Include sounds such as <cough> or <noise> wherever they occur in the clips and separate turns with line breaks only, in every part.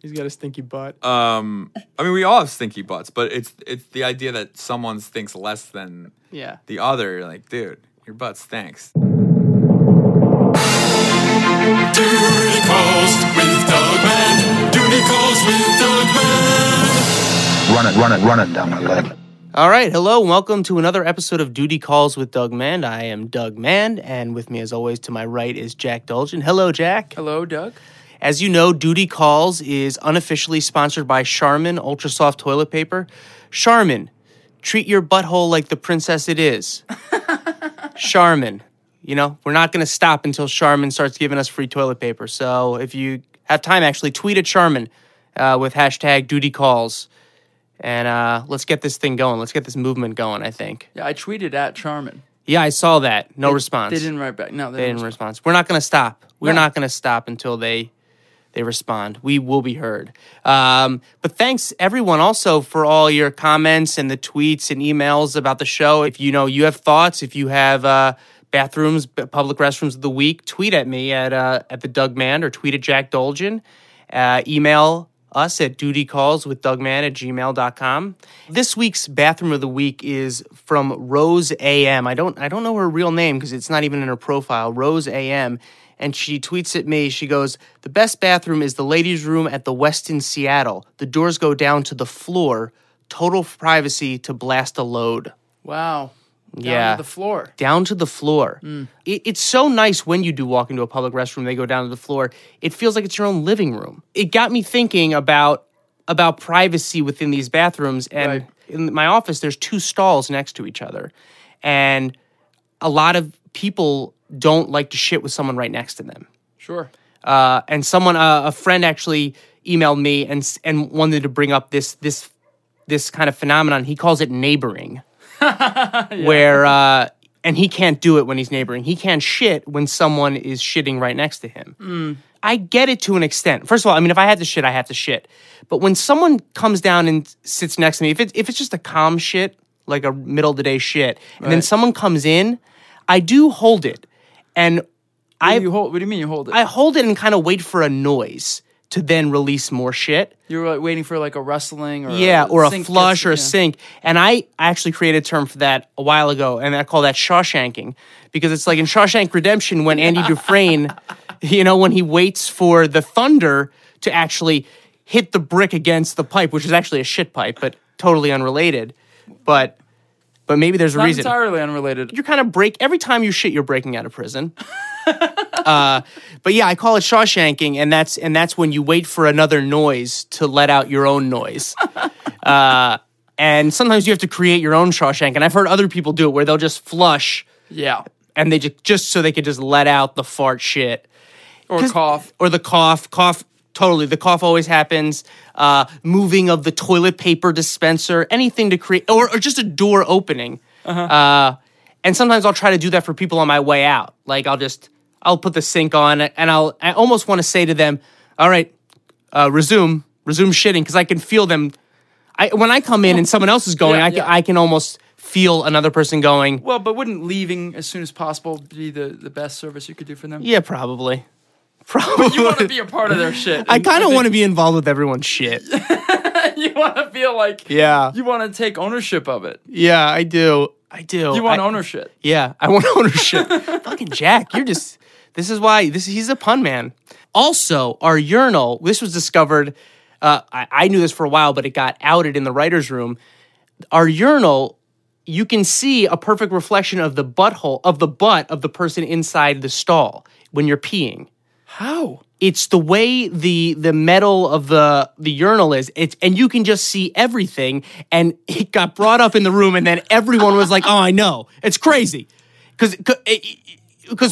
He's got a stinky butt.
Uh,
Um, I mean, we all have stinky butts, but it's it's the idea that someone stinks less than
yeah.
the other. Like, dude, your butt stinks.
Duty calls with Dogman. Duty calls with Dogman.
Run it, run it, run it down my leg.
All right. Hello. and Welcome to another episode of Duty Calls with Doug Mand. I am Doug Mand, and with me, as always, to my right is Jack Dulgin. Hello, Jack.
Hello, Doug.
As you know, Duty Calls is unofficially sponsored by Charmin Ultra Soft Toilet Paper. Charmin, treat your butthole like the princess it is. Charmin. You know, we're not going to stop until Charmin starts giving us free toilet paper. So if you have time, actually, tweet at Charmin uh, with hashtag Duty Calls. And uh, let's get this thing going. Let's get this movement going, I think.
Yeah, I tweeted at Charmin.
Yeah, I saw that. No response.
They didn't write back. No, they,
They
didn't.
didn't respond. We're not going to stop. We're
No.
not going to stop until they they respond. We will be heard. Um, but thanks everyone also for all your comments and the tweets and emails about the show. If you know you have thoughts, if you have uh, bathrooms, b- public restrooms of the week, tweet at me at uh, at the Doug Mand or tweet at Jack Dolgin. Uh, email us at dutycalls with dougman at gmail.com this week's bathroom of the week is from rose am i don't i don't know her real name because it's not even in her profile rose am and she tweets at me she goes the best bathroom is the ladies room at the westin seattle the doors go down to the floor total privacy to blast a load
Wow. Down to
Yeah.
the floor.
down to the floor. It, it's so nice when you do walk into a public restroom, they go down to the floor. It feels like it's your own living room. It got me thinking about about privacy within these bathrooms. And
Right.
in my office, there's two stalls next to each other, and a lot of people don't like to shit with someone right next to them
Sure.
uh, and someone uh, a friend actually emailed me and s- and wanted to bring up this this this kind of phenomenon. He calls it neighboring, where uh, and he can't do it when he's neighboring. He can't shit when someone is shitting right next to him. I get it to an extent. First of all, I mean, if I had to shit, I have to shit. But when someone comes down and sits next to me, if it's if it's just a calm shit, like a middle of the day shit, and then
Right.
someone comes in, I do hold it, and
I,
I
you hold. What do you mean you hold it?
I hold it and kind of wait for a noise to then release more shit.
You're like, waiting for like a rustling or
Yeah, or a
sink
flush
Uh, gets-
or a
yeah.
sink. And I actually created a term for that a while ago, and I call that Shawshanking because it's like in Shawshank Redemption when <laughs> Andy Dufresne, you know, when he waits for the thunder to actually hit the brick against the pipe, which is actually a shit pipe, but totally unrelated. But but maybe there's a
Not
reason
entirely unrelated.
you're kind of break every time you shit you're breaking out of prison <laughs> Uh, but yeah i call it shawshanking and that's and that's when you wait for another noise to let out your own noise uh, and sometimes you have to create your own shawshank and i've heard other people do it where they'll just flush
yeah.
and they just just so they could just let out the fart shit
Or cough.
or the cough cough totally the cough always happens uh, moving of the toilet paper dispenser anything to create or, or just a door opening uh-huh. and sometimes i'll try to do that for people on my way out like i'll just i'll put the sink on and i'll i almost want to say to them all right uh, resume resume shitting because i can feel them I, when i come in and someone else is going
Yeah,
I, can,
yeah.
I can almost feel another person going
Well, but wouldn't leaving as soon as possible be the, the best service you could do for them?
yeah probably <laughs> probably
You want to be a part of their shit.
i kind
<laughs>
of want to be involved with everyone's shit
you want to feel like
yeah
you want to take ownership of it.
Yeah, I do. I do.
You want
I-
ownership.
Yeah, I want <laughs> ownership. Fucking Jack, you're just. This is why this he's a pun man. Also, our urinal. This was discovered. Uh, I, I knew this for a while, but it got outed in the writers' room. Our urinal, you can see a perfect reflection of the butthole of the butt of the person inside the stall when you're peeing.
How?
It's the way the the metal of the the urinal is. It's and you can just see everything. And it got brought up in the room, and then everyone was like, "Oh, I know, it's crazy," because because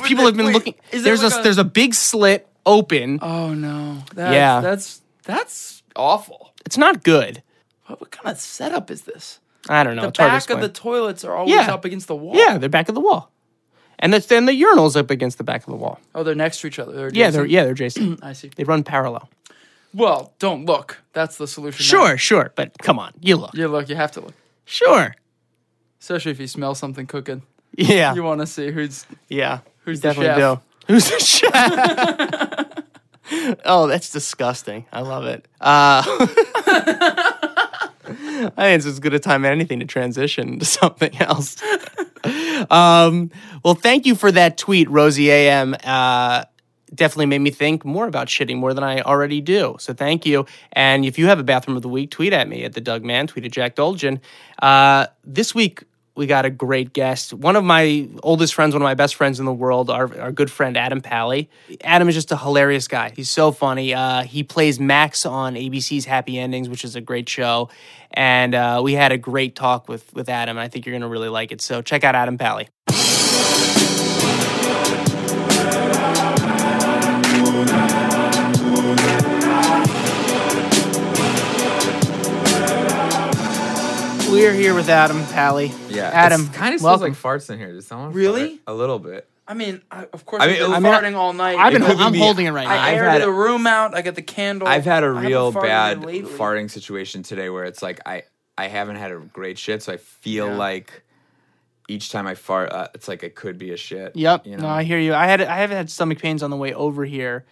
eh, people have been
wait,
looking.
is it
There's
like
a,
a-
there's a big slit open.
Oh no. That's,
Yeah.
That's that's awful.
It's not good.
What, what kind of setup is this?
I don't know.
the
it's hard to
back of the
explain.
toilets are always
Yeah.
up against the wall.
yeah, they're back of the wall, and that's then the urinals up against the back of the wall.
Oh, they're next to each other. They're
Yeah,
adjacent.
they're yeah they're
<clears throat>
adjacent.
I see.
they run parallel.
Well, don't look. That's the solution. now.
Sure, sure, but come on, you look.
You look. You have to look.
Sure.
Especially if you smell something cooking.
<laughs> Yeah.
You want to see who's.
yeah. Who's
the
definitely
chef?
do. Who's the chef? <laughs> Oh, that's disgusting. I love it. Uh, <laughs> I think it's as good a time as anything to transition to something else. <laughs> um, well, thank you for that tweet, Rosie AM. Uh, definitely made me think more about shitting more than I already do. So thank you. And if you have a bathroom of the week, tweet at me at the Doug Man, tweet at Jack Dolgen. Uh, this week we got a great guest. One of my oldest friends, one of my best friends in the world, our, our good friend Adam Pally. Adam is just a hilarious guy. He's so funny. Uh, he plays Max on ABC's Happy Endings, which is a great show. And uh, we had a great talk with with Adam. And I think you're gonna really like it. So check out Adam Pally. We're here with Adam Pally.
Yeah.
Adam,
Kind of smells
welcome.
like farts in here. Does someone
Really?
fart? A little bit.
I mean, I, of course,
I
I
mean,
have been
I
mean,
farting all night.
I've been.
It could be
I'm
me.
holding it right now.
I
I've
aired
had
the
a-
room out. I got the candle.
I've had a
I haven't
real
farted
bad
lately.
farting situation today where it's like I I haven't had a great shit, so I feel like each time I fart, uh, it's like it could be a shit.
Yep.
You know?
No, I hear you. I had I have had stomach pains on the way over here.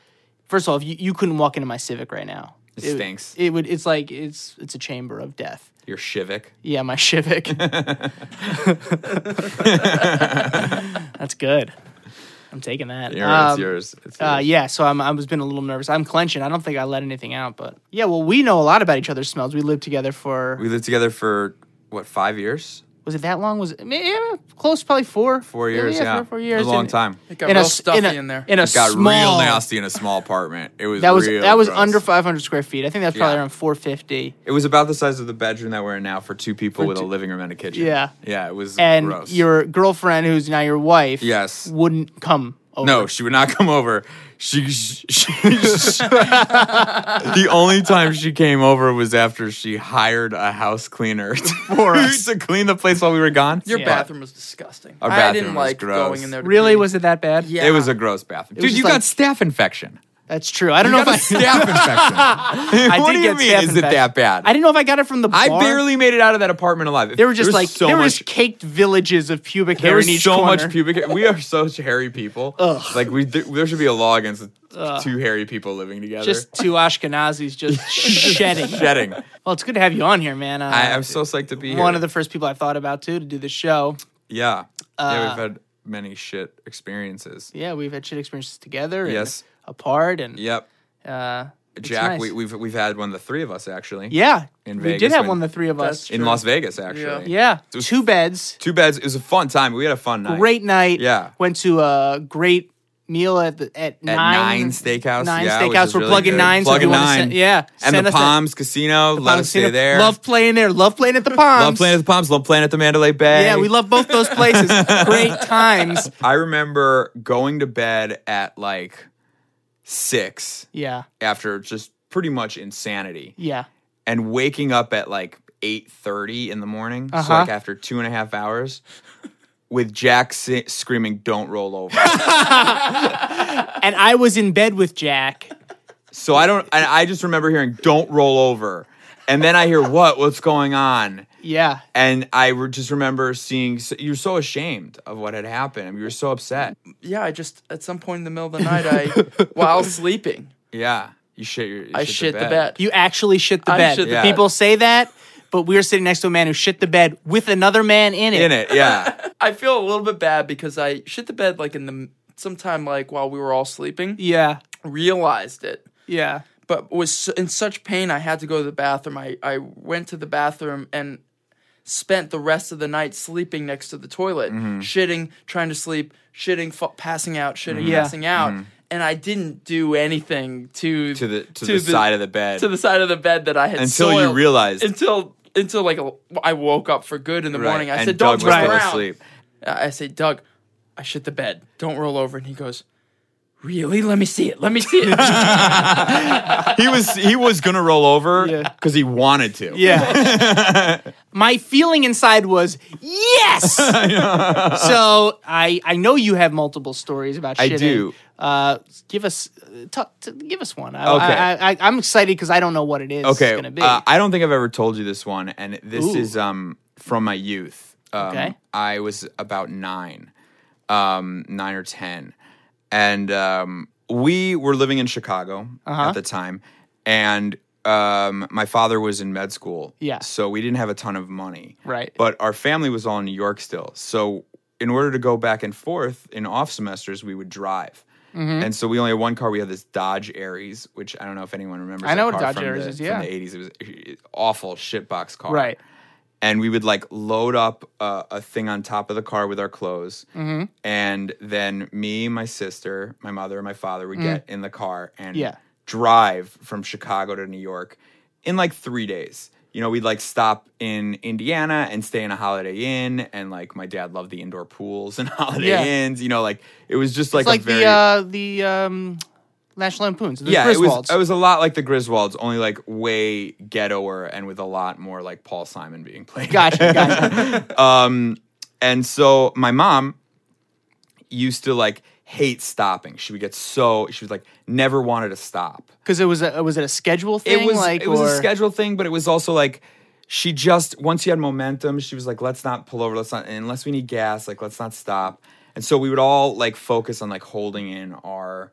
First of all, if you, you couldn't walk into my Civic right now.
It stinks.
It would. It's like it's it's a chamber of death.
You're shivik.
Yeah,
<laughs>
my Civic. <laughs> That's good. I'm taking that.
Yours,
Um,
yours. It's
Uh,
yours.
yeah, so I'm, I was been a little nervous. I'm clenching. I don't think I let anything out, but yeah. Well, we know a lot about each other's smells. We lived together for
We lived together for what five years?
was it that long? Was it maybe, yeah, close? Probably four.
Four years. Yeah,
four, four years.
A long
and-
time.
It
It
got real
s-
stuffy in,
a,
there.
In a
got
small-
real nasty in a small apartment. It was
That was
real
that was
gross.
under 500 square feet. I think that's probably
Yeah.
around 450.
It was about the size of the bedroom that we're in now for two people with a living room and a kitchen.
Yeah.
yeah. It was
And
gross.
your girlfriend, who's now your wife,
Yes.
wouldn't come. Over.
No, she would not come over. She, she, she- <laughs> the only time she came over was after she hired a house cleaner <laughs> for us to clean the place while we were gone.
Your
Yeah.
bathroom was disgusting.
Our
I
bathroom
didn't
was
like
gross.
going in there. To
really,
pee.
was it that bad?
Yeah.
It was a gross bathroom.
was
Dude, you
just
got
like-
staph infection.
that's true. I don't know
You
if
got
I,
a staph infection.
I
what do
did
you
get
mean?
staph
Is it that
infection.
bad?
<laughs> I didn't know if I got it from the.
I
bar.
barely made it out of that apartment alive.
There were just
was
like
so
there was
much
caked villages of pubic hair
There was
in each
so
corner.
much pubic hair. We are such hairy people. Like we, th- there should be a law against two hairy people living together.
Just two
<laughs>
Ashkenazis just shedding.
shedding.
Well, it's good to have you on here, man. Uh,
I, I'm so psyched to be here.
one of the first people I thought about too to do the show.
Yeah. yeah, we've had many shit experiences.
uh, Yeah, we've had shit experiences together. And
Yes.
Apart and
Yep.
uh, it's
Jack,
nice.
we, we've we've had one the three of us actually.
Yeah,
In
we did
Vegas
have
when-
one. The three of us.
That's
In Las Vegas actually. <laughs>
Yeah,
It was
two beds.
Two beds. It was a fun time. We had a fun night.
Great night.
Yeah.
went to a great meal at the, at,
At
nine,
nine, steakhouse.
Nine
yeah, which
steakhouse.
is
We're
really
plugging
good.
nine. so if
Plugging
you wanna
nine.
send- yeah,
And
send
the
us a-
Palms Casino. let
Palms
us stay
Casino.
there.
Love playing there. Love playing at the
<laughs>
Palms.
Love playing at the Palms. Love playing at the Mandalay Bay.
Yeah, we love
<laughs>
both those places. Great times.
I remember going to bed at like six
Yeah,
after just pretty much insanity.
yeah.
and waking up at like 8.30 in the morning so
Uh-huh.
like after two and a half hours with jack si- screaming don't roll
<laughs>
over
And I was in bed with Jack.
so i don't and i just remember hearing don't roll over and then i hear what what's going on
Yeah,
and i re- just remember seeing so, you're so ashamed of what had happened I mean, you were so upset
Yeah, I just at some point in the middle of the night, I while sleeping,
yeah you shit your you
I shit the bed.
you actually shit the
I
bed.
shit the
Yeah. bed.
People say that, but we were sitting next to a man who shit the bed with another man in it.
in it
<laughs>
yeah
I feel a little bit bad because I shit the bed like in the sometime like while we were all sleeping.
Yeah,
Realized it,
yeah.
but was su- in such pain I had to go to the bathroom. I I went to the bathroom and spent the rest of the night sleeping next to the toilet, shitting, trying to sleep, shitting, fa- passing out, shitting,
Yeah.
passing out, and I didn't do anything to
to the to, the, side of the bed
to the side of the bed that I had
until you
soiled.
realized
until until like a- I woke up for good in the
Right,
morning. I
and
said,
Doug
"Don't
was
turn
still
around."
asleep.
I I say, "Doug, I shit the bed. Don't roll over." And he goes, "Really? Let me see it. Let me see
<laughs>
it."
he was he was gonna roll over
Yeah.
because he wanted to
Yeah. <laughs> My feeling inside was
<laughs>
yes. so I I know you have multiple stories about.
I
shitting.
do.
Uh, give us t- t- give us one. I,
Okay.
I, I, I'm excited because I don't know what it is.
Okay.
It's gonna be.
Uh, I don't think I've ever told you this one, and this
Ooh.
is um from my youth. Um,
Okay.
I was about nine, um, nine or ten, and um, we were living in Chicago
Uh-huh.
at the time, and um, my father was in med school.
Yeah.
So we didn't have a ton of money.
Right.
But our family was all in New York still. So in order to go back and forth in off semesters, we would drive.
Mm-hmm.
And so we only had one car. We had this Dodge Aries, which I don't know if anyone remembers.
I know
that
what
car
Dodge
from
Aries
the-
is, yeah.
From the 80s. It was an awful shitbox car
Right.
and we would like load up uh, a, a thing on top of the car with our clothes
Mm-hmm.
and then me my sister my mother and my father would get in the car and
Mm. Yeah.
drive from chicago to new york in like three days you know we'd like stop in indiana and stay in a holiday inn and like my dad loved the indoor pools and <laughs> holiday
Yeah.
inns you know like it was just like,
It's like
a very
the uh, the um, National Lampoons. The
yeah, it was,
Griswolds.
it was a lot like the Griswolds, only like way ghettoer and with a lot more like Paul Simon being played.
gotcha. Gotcha.
<laughs> And so my mom used to like hate stopping. She would get so she was like never wanted to stop.
Because it was a was it a schedule thing?
it was
like
it was
or,
a schedule thing, but it was also like she just once you had momentum, she was like, let's not pull over, let's not unless we need gas, like let's not stop. And so we would all like focus on like holding in our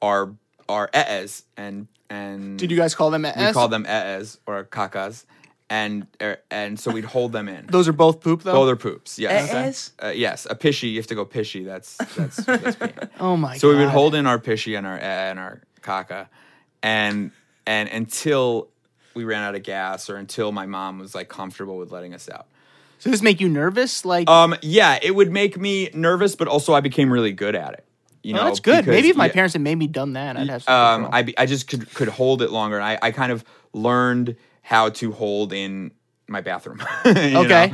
our our eh-ehs and and
Did you guys call them?
we call them eh-ehs or kakas. And er, and so we'd hold them in.
Those are both poop though.
Oh, they're poops. Yes.
Eh-ehs?
Uh, yes. A pishy. You have to go pishy. That's that's.
<laughs>
that's peeing.
oh my.
so we would
God.
hold in our pishy and our eh and our caca, and and until we ran out of gas or until my mom was like comfortable with letting us out.
So this make you nervous? Like
Um. Yeah. It would make me nervous, but also I became really good at it. You
well,
know,
Oh, that's good.
because-
Maybe if my
yeah.
parents had maybe done that, I'd have. Some
Um,
control.
I, be- I just could could hold it longer. And I, I kind of learned how to hold in my bathroom. <laughs> you
Okay.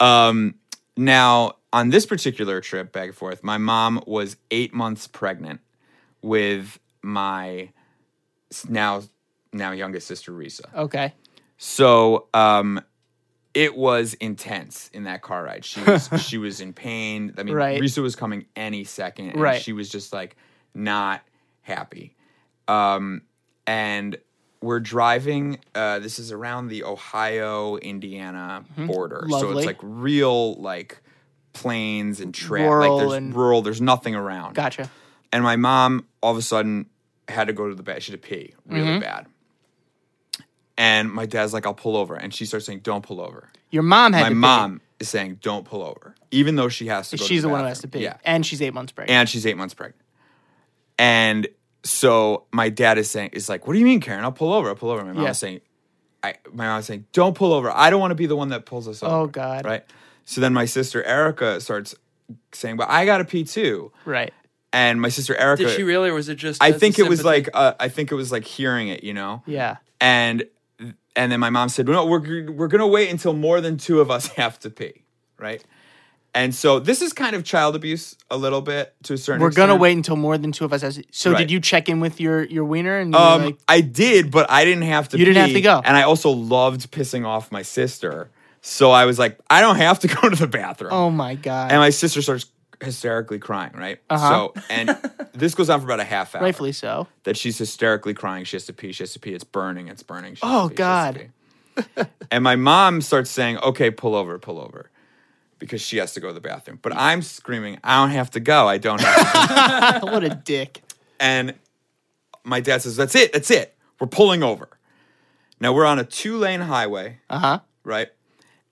know? Um, now, on this particular trip back and forth, my mom was eight months pregnant with my s- now now youngest sister Risa.
okay.
So um it was intense in that car ride. She
<laughs>
was she was in pain. I mean
Right.
Risa was coming any second and
Right.
she was just like not happy. Um and we're driving uh this is around the Ohio Indiana border. So
Mm-hmm. Lovely.
it's like real like plains and trail
Rural
like there's
and-
rural there's nothing around.
Gotcha.
And my mom all of a sudden had to go to the bed. She had to pee really
Mm-hmm.
bad. And my dad's like, I'll pull over. And she starts saying, Don't pull over.
Your mom had
My
to pee.
mom is saying, Don't pull over. Even though she has to go to
She's the, one who
bathroom.
has to pee,
Yeah.
and she's eight months pregnant.
And she's eight months pregnant. And so my dad is saying, is like, What do you mean, Karen? I'll pull over. I'll pull over. My mom
Yeah.
is saying, I my mom is saying, Don't pull over. I don't want to be the one that pulls us over.
Oh, God.
Right. So then my sister Erica starts saying, Well, I gotta pee too.
right.
And my sister Erica
Did she really, or was it just?
I
as a
think it was
sympathy?
like uh, I think it was like hearing it, you know.
Yeah.
And and then my mom said, "No, we're g- we're gonna wait until more than two of us <laughs> have to pee, right?" And so this is kind of child abuse a little bit to a certain.
We're gonna
extent.
wait until more than two of us has. So
Right.
did you check in with your your wiener and you were
Um,
like,
I did, but I didn't have to.
You didn't have
pee,
to go.
and I also loved pissing off my sister, so I was like, I don't have to <laughs> go to the bathroom.
oh my god,
And my sister starts hysterically crying, right?
Uh-huh.
So
<laughs>
and this goes on for about a half hour.
rightfully so.
that she's hysterically crying. She has to pee. She has to pee. It's burning. It's burning. She has
Oh,
to pee, she has to
God.
pee. and my mom starts saying, "Okay, pull over, pull over," because she has to go to the bathroom. But I'm screaming, "I don't have to go. I don't have to."
Oh, what a
<laughs>
dick.
and my dad says, "That's it. That's it. We're pulling over." Now we're on a two-lane highway,
Uh huh.
right?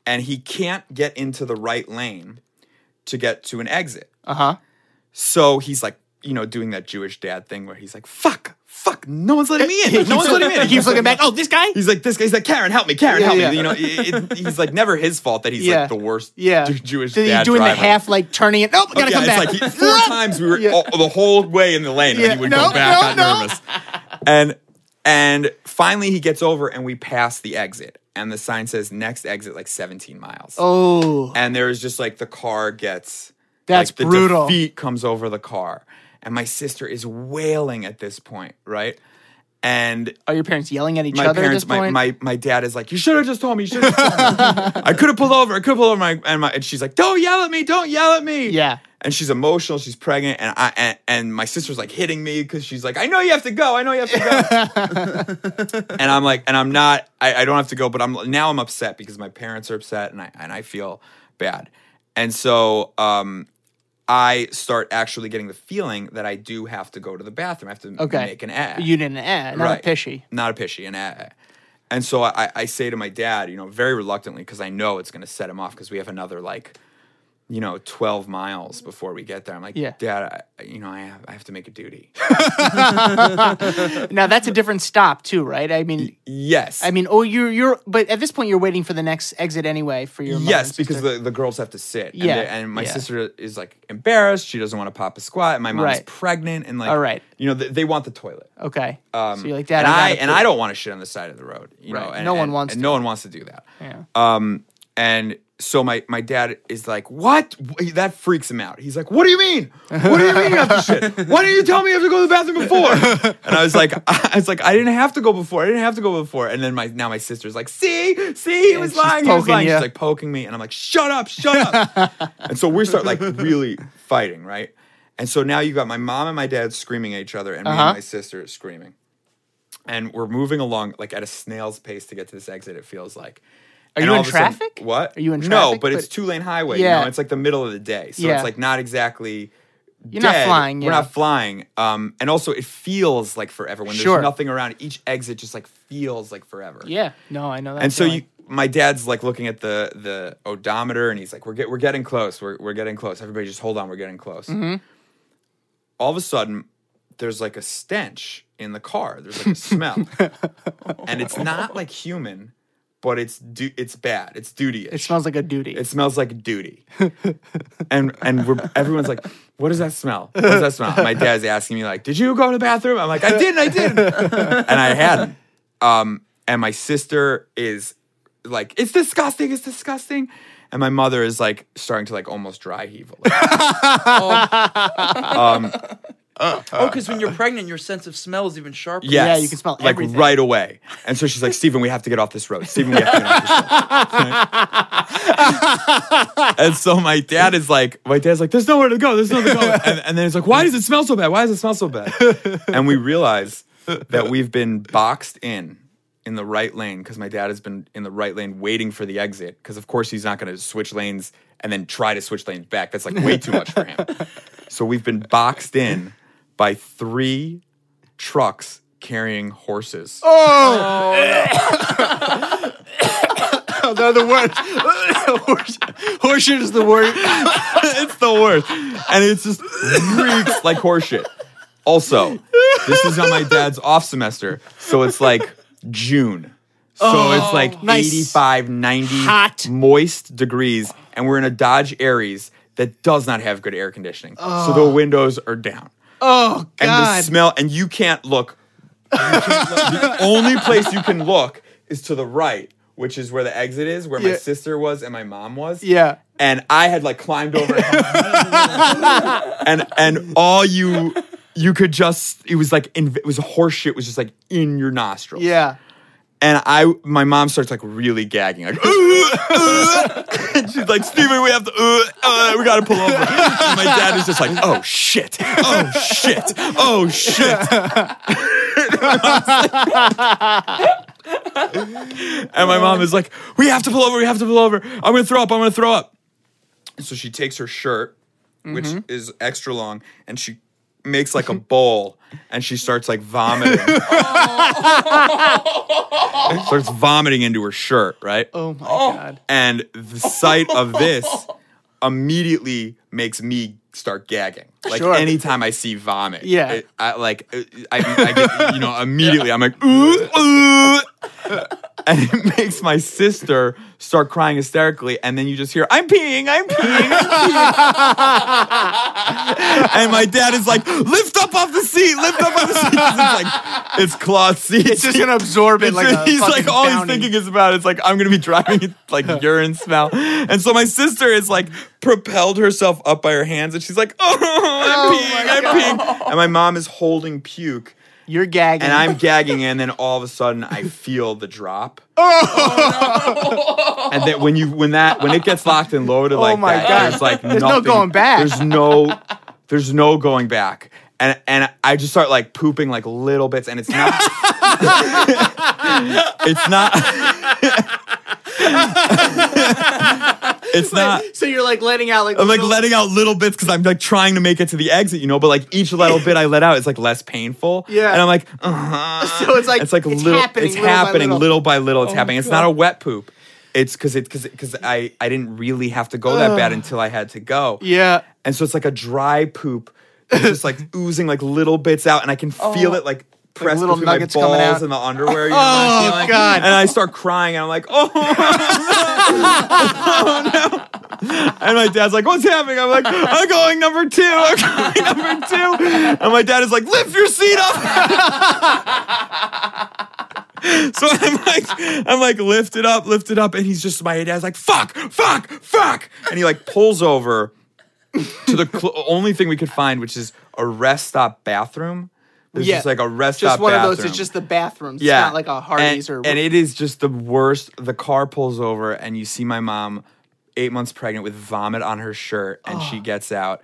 And he can't get into the right lane to get to an exit.
Uh huh.
So he's like, you know, doing that Jewish dad thing where he's like, "Fuck, fuck, no one's letting me in. No one's letting me in."
<laughs> He keeps looking back. Oh, this guy.
He's like this guy. He's like Karen, help me, Karen,
Yeah,
help
yeah.
me. You know, it, it- he's like never his fault that he's
Yeah.
like the worst
Yeah.
Jew- Jewish
So
dad
he's doing
driver. Oh,
the half like turning it. Nope, gotta
yeah,
come back.
it's like he, four times we were
Yeah.
all, the whole way in the lane,
Yeah.
and he would
No,
go back,
no, no.
got nervous, and and finally he gets over, and we pass the exit, and the sign says next exit like 17 miles,
<laughs> oh,
and there is just like the car gets
That's
like, the
brutal.
Defeat comes over the car, and my sister is wailing at this point, right? And
are your parents yelling at each
my
other
parents,
at this
my,
point?
my my dad is like, you should have just told me. You should have.
<laughs>
I could have pulled over. I could have pulled over. My, and my and she's like, don't yell at me. Don't yell at me.
yeah.
And she's emotional. She's pregnant. And I and, and my sister's like hitting me because she's like, I know you have to go. I know you have to
<laughs>
go. and I'm like, and I'm not. I, I don't have to go. But I'm now I'm upset because my parents are upset, and I and I feel bad. And so um, I start actually getting the feeling that I do have to go to the bathroom. I have to
Okay.
make an ad.
You didn't eh, not
Right.
a pishy.
Not a pishy, an eh. And so I, I say to my dad, you know, very reluctantly, because I know it's going to set him off because we have another like, you know, 12 miles before we get there. I'm like,
Yeah.
Dad, I, you know, I have, I have to make a duty. <laughs>
Now that's a different stop too, right? I mean,
yes.
I mean, oh, you're you're, but at this point you're waiting for the next exit anyway for your mother
yes,
and
because
sister.
the, the girls have to sit.
Yeah,
And, they- and my
yeah.
sister is like embarrassed. She doesn't want to pop a squat. And my mom's
Right.
pregnant. And like,
All right.
you know, they, they want the toilet.
okay.
Um,
so you're like, Dad,
and I,
I, gotta
and
poop."
I don't want to shit on the side of the road. You know,
Right.
and,
No one
and-
wants
and
to.
no one wants to do that.
Yeah.
Um, and so my my dad is like, "What?" That freaks him out. He's like, "What do you mean? What do you mean you have to shit? Why didn't you tell me you have to go to the bathroom
<laughs>
before?" And I was like, <laughs> "I was like, I didn't have to go before. I didn't have to go before." And then my now my sister's like, "See, see, he was
she's
lying. He was
poking
lying."
you.
She's like poking me, and I'm like, "Shut up, shut
<laughs>
up." and so we start like really fighting, right? And so now you got my mom and my dad screaming at each other, and me
Uh-huh.
and my sister screaming. And we're moving along like at a snail's pace to get to this exit. It feels like.
Are
And
you
all
in
of a sudden-
traffic?
what?
Are you in
No,
traffic?
but it's
But-
two lane highway. You
Yeah.
know, it's like the middle of the day, so
Yeah.
it's like not exactly.
You're not
dead.
flying,
We're
yeah.
not flying. Um, and also it feels like forever when
Sure.
there's nothing around. Each exit just like feels like forever.
yeah, no, I know that.
And so
feeling.
you, my dad's like looking at the the odometer, and he's like, "We're get, we're getting close. We're we're getting close. Everybody, just hold on. We're getting close."
Mm-hmm.
All of a sudden, there's like a stench in the car. There's like a
<laughs>
smell, and it's not like human, but it's du- it's bad. It's duty.
it smells like a duty.
It smells like duty. and and we're, everyone's like, what does that smell? What does that smell? My dad's asking me like, did you go to the bathroom? I'm like, I didn't, I didn't. and I hadn't. Um, and my sister is like, it's disgusting, it's disgusting. And my mother is like starting to like almost dry heave. Like,
Oh, because when you're pregnant, your sense of smell is even sharper.
yes,
Yeah, you can smell
like
everything.
right away. And so she's like, Stephen, we have to get off this road. Stephen, we have to get off this road. and so my dad is like, my dad's like, there's nowhere to go. There's nowhere to go. And, and then he's like, why does it smell so bad? Why does it smell so bad? And we realize that we've been boxed in in the right lane because my dad has been in the right lane waiting for the exit because of course he's not going to switch lanes and then try to switch lanes back. That's like way too much for him. So we've been boxed in by three trucks carrying horses. Oh. <laughs>
They're the worst. horse, horse shit is the worst.
<laughs> it's the worst. And it's just reeks like horseshit. Also, this is on my dad's off semester. So it's like June. So it's like
nice.
85, 90
Hot.
moist degrees. And we're in a Dodge Aries that does not have good air conditioning. So the windows are down.
Oh
And the
god.
smell, and you can't look. You can't look. the only place you can look is to the right, which is where the exit is, where my
Yeah.
sister was and my mom was
yeah.
and I had like climbed over and and all you you could just it was like in, it was horseshit it was just like in your nostrils
Yeah.
and I my mom starts like really gagging like <laughs> and she's like Steven we have to uh, uh, we gotta pull over and my dad is just like oh shit oh shit oh shit <laughs> And my mom is like, "We have to pull over. We have to pull over. I'm gonna throw up. I'm gonna throw up." And so she takes her shirt, which is extra long, and she makes like a bowl, and she starts like vomiting. starts vomiting into her shirt, right?
Oh my god.
And the sight of
<laughs>
this immediately makes me start gagging. Like
Sure.
anytime I see vomit,
Yeah.
it- I like uh, I, I get, you know
<laughs>
immediately I'm like ooh ooh, and it makes my sister start crying hysterically, and then you just hear I'm peeing, I'm peeing, I'm peeing, and my dad is like lift up off the seat, lift up off the seat. 'Cause It's like it's cloth seat.
It's just gonna absorb it
It's
like
<laughs>
a
just- he's like
fucking
all
Bounty.
he's thinking is about it's like I'm gonna be driving
<laughs>
it like urine smell, and so my sister is like propelled herself up by her hands, and she's like, <laughs> "Oh, I'm peeing, I'm peeing," and my mom is holding puke,
You're gagging. <laughs>
and I'm gagging, and then all of a sudden I feel the
<laughs>
drop.
Oh,
And then when you when that when it gets locked and loaded like
Oh my
that,
God.
there's like
There's no
nothing-
going back.
There's no there's no going back. And and I just start like pooping like little bits, and it's
<laughs>
not it's not It's not.
so you're like letting out like
I'm like
little-
letting out little bits because I'm like trying to make it to the exit, you know. But like each
<laughs>
little bit I let out is like less painful.
Yeah.
And I'm like, uh
<laughs> So it's like-
it's like
it's
little,
happening
it's
little by
happening
little. Oh
little by little. It's happening. It's
God.
not a wet poop. It's because it because because I I didn't really have to go that bad until I had to go.
Yeah.
And so it's like a dry poop, that's just like
<laughs>
oozing like little bits out, and I can feel it like. press
Oh. little
between my
nuggets coming
balls
out.
and the underwear. You know, oh
God.
And I start crying. And I'm like, oh. <laughs>
<laughs>
And my dad's like, "What's happening?" I'm like, "I'm going number two. I'm going number two. And my dad is like, "Lift your seat up." <laughs> so I'm like, I'm like, lift it up, lift it up, and he's just my dad's like, "Fuck, fuck, fuck," and he like pulls over to the cl- only thing we could find, which is a rest stop bathroom. There's
Yeah.
just like a rest
Just
stop
one
bathroom.
of those. It's just the bathrooms.
Yeah.
It's not like a Hardee's
and,
or.
And it is just the worst. The car pulls over and you see my mom eight months pregnant with vomit on her shirt and she gets out.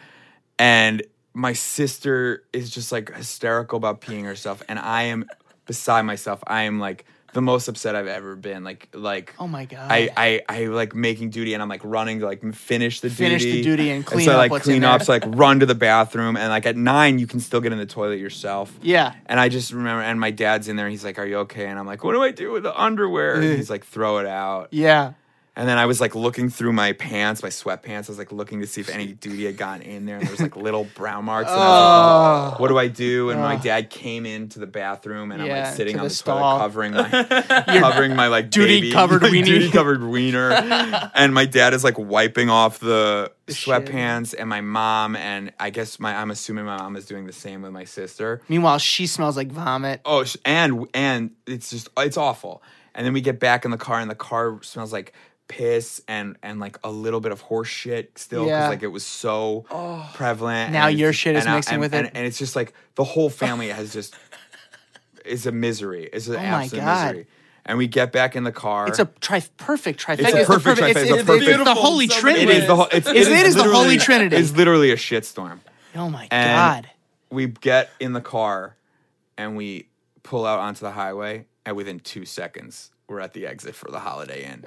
And my sister is just like hysterical about peeing herself. And I am beside myself. I am like the most upset I've ever been. Like, like
oh my god.
I, I I like making duty and I'm like running to like finish the
Finish the
duty.
duty and clean
so I,
up
like
what's in
clean
there.
up, so like run to the bathroom and like at nine you can still get in the toilet yourself.
Yeah.
And I just remember and my dad's in there and he's like, Are you okay? And I'm like, What do I do with the underwear? And he's like, throw it out.
yeah.
And then I was like looking through my pants, my sweatpants. I was like looking to see if any duty had gotten in there. And there was like little brown marks. And I was like, what do I do? And my dad came into the bathroom and I'm
Yeah,
like sitting
to
on
the
the,
stall.
toilet covering
<laughs>
my covering my like
duty
baby-
covered
<laughs> my
weenie.
Duty covered wiener. and my dad is like wiping off the,
shit.
sweatpants and my mom and I guess my I'm assuming my mom is doing the same with my sister.
Meanwhile, she smells like vomit.
Oh, sh- and and it's just it's awful. And then we get back in the car, and the car smells like piss and and like a little bit of horse shit still because
Yeah Oh.
like it was so prevalent.
Now
and it's
your
just-
shit is
and I-
mixing
and-
with
and,
it.
and it's just like the whole family has just is a misery. It's an
Oh my
absolute
God.
misery. And we get back in the car.
It's a tri- perfect trifecta.
It's a
the
perfect trifecta.
It's,
It's a
it's- it's
perfect-
the holy
It is
trinity.
it
<laughs>
is the whole. It's,
It is the
literally-
holy trinity.
It's literally a shitstorm.
oh my
And-
god.
we get in the car and we pull out onto the highway and within two seconds we're at the exit for the holiday inn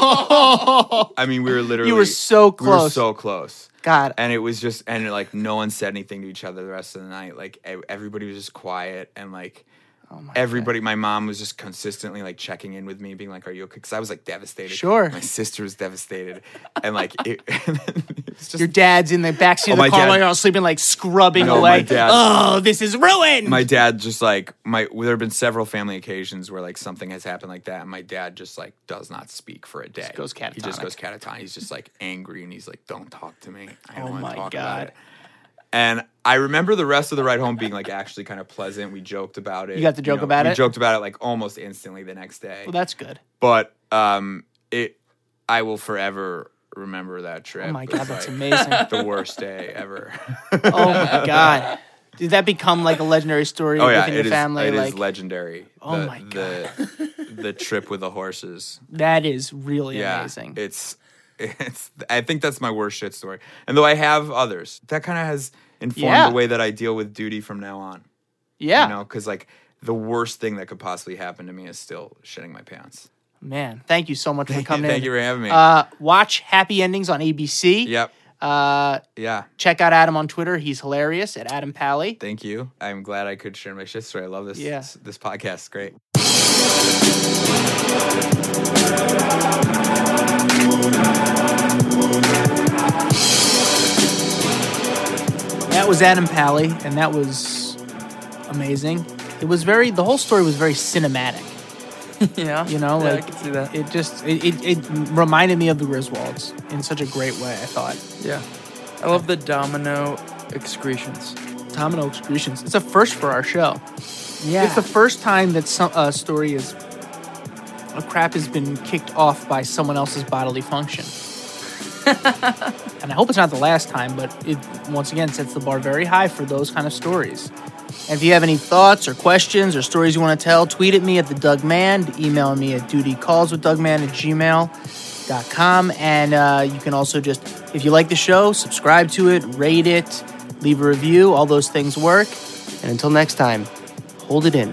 Oh.
i mean we were literally
<laughs> You were so
we were
close.
so close
God.
and it was just and like no one said anything to each other the rest of the night like e- everybody was just quiet and like
Oh
everybody my mom was just consistently like checking in with me being like are you okay because i was like devastated
Sure.
my sister was devastated and like it, <laughs> and then it was just
Your dad's in the backseat of
Oh, my
the car
dad-
while you're all sleeping, like scrubbing
No,
away.
my dad-
Oh, this is ruined.
my dad just like my there have been several family occasions where like something has happened like that and my dad just like does not speak for a day
goes
he just
catatonic.
goes catatonic he's just like angry and he's like don't talk to me i don't
Oh
want
my
to talk
God.
about it and i remember the rest of the ride home being like actually kind of pleasant we joked about it
You got to joke about
we
it?
joked about it like almost instantly the next day
well, that's good.
but um it i will forever remember that trip
Oh my
It's,
god, that's
like,
amazing.
the worst day
<laughs>
ever
Oh my god. Did that become like a legendary story
Oh yeah,
within your
it is.
family?
it is
like
legendary.
Oh
the,
my
The, <laughs> the trip with the
<laughs>
horses.
that is really
Yeah,
amazing.
It's it's. I think that's my worst shit story. And though I have others, that kind of has informed
Yeah.
the way that I deal with duty from now on.
yeah.
You know, because like the worst thing that could possibly happen to me is still shitting my pants.
Man, thank you so much for coming in.
Thank you for having me.
Uh, watch Happy Endings on ABC.
yep.
Uh,
Yeah.
check out Adam on Twitter. He's hilarious at Adam Pally.
Thank you. I'm glad I could share my shit story. I love this.
Yeah.
This podcast is great.
That was Adam Pally, and that was amazing. It was very, the whole story was very cinematic.
yeah.
You know,
yeah,
like
I can see that.
It just, it, it, it reminded me of the Griswolds in such a great way, I thought.
yeah. I love the domino excretions.
Domino Excretions. It's a first for our show.
Yeah.
It's the first time that some a story is a crap has been kicked off by someone else's bodily function. and I hope it's not the last time, but it once again sets the bar very high for those kind of stories. And if you have any thoughts or questions or stories you want to tell, tweet at me at the Doug Man, email me at dutycallswithdougman at gmail.com. And uh, you can also just, if you like the show, subscribe to it, rate it, leave a review. All those things work. And until next time, hold it in.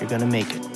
You're going to make it.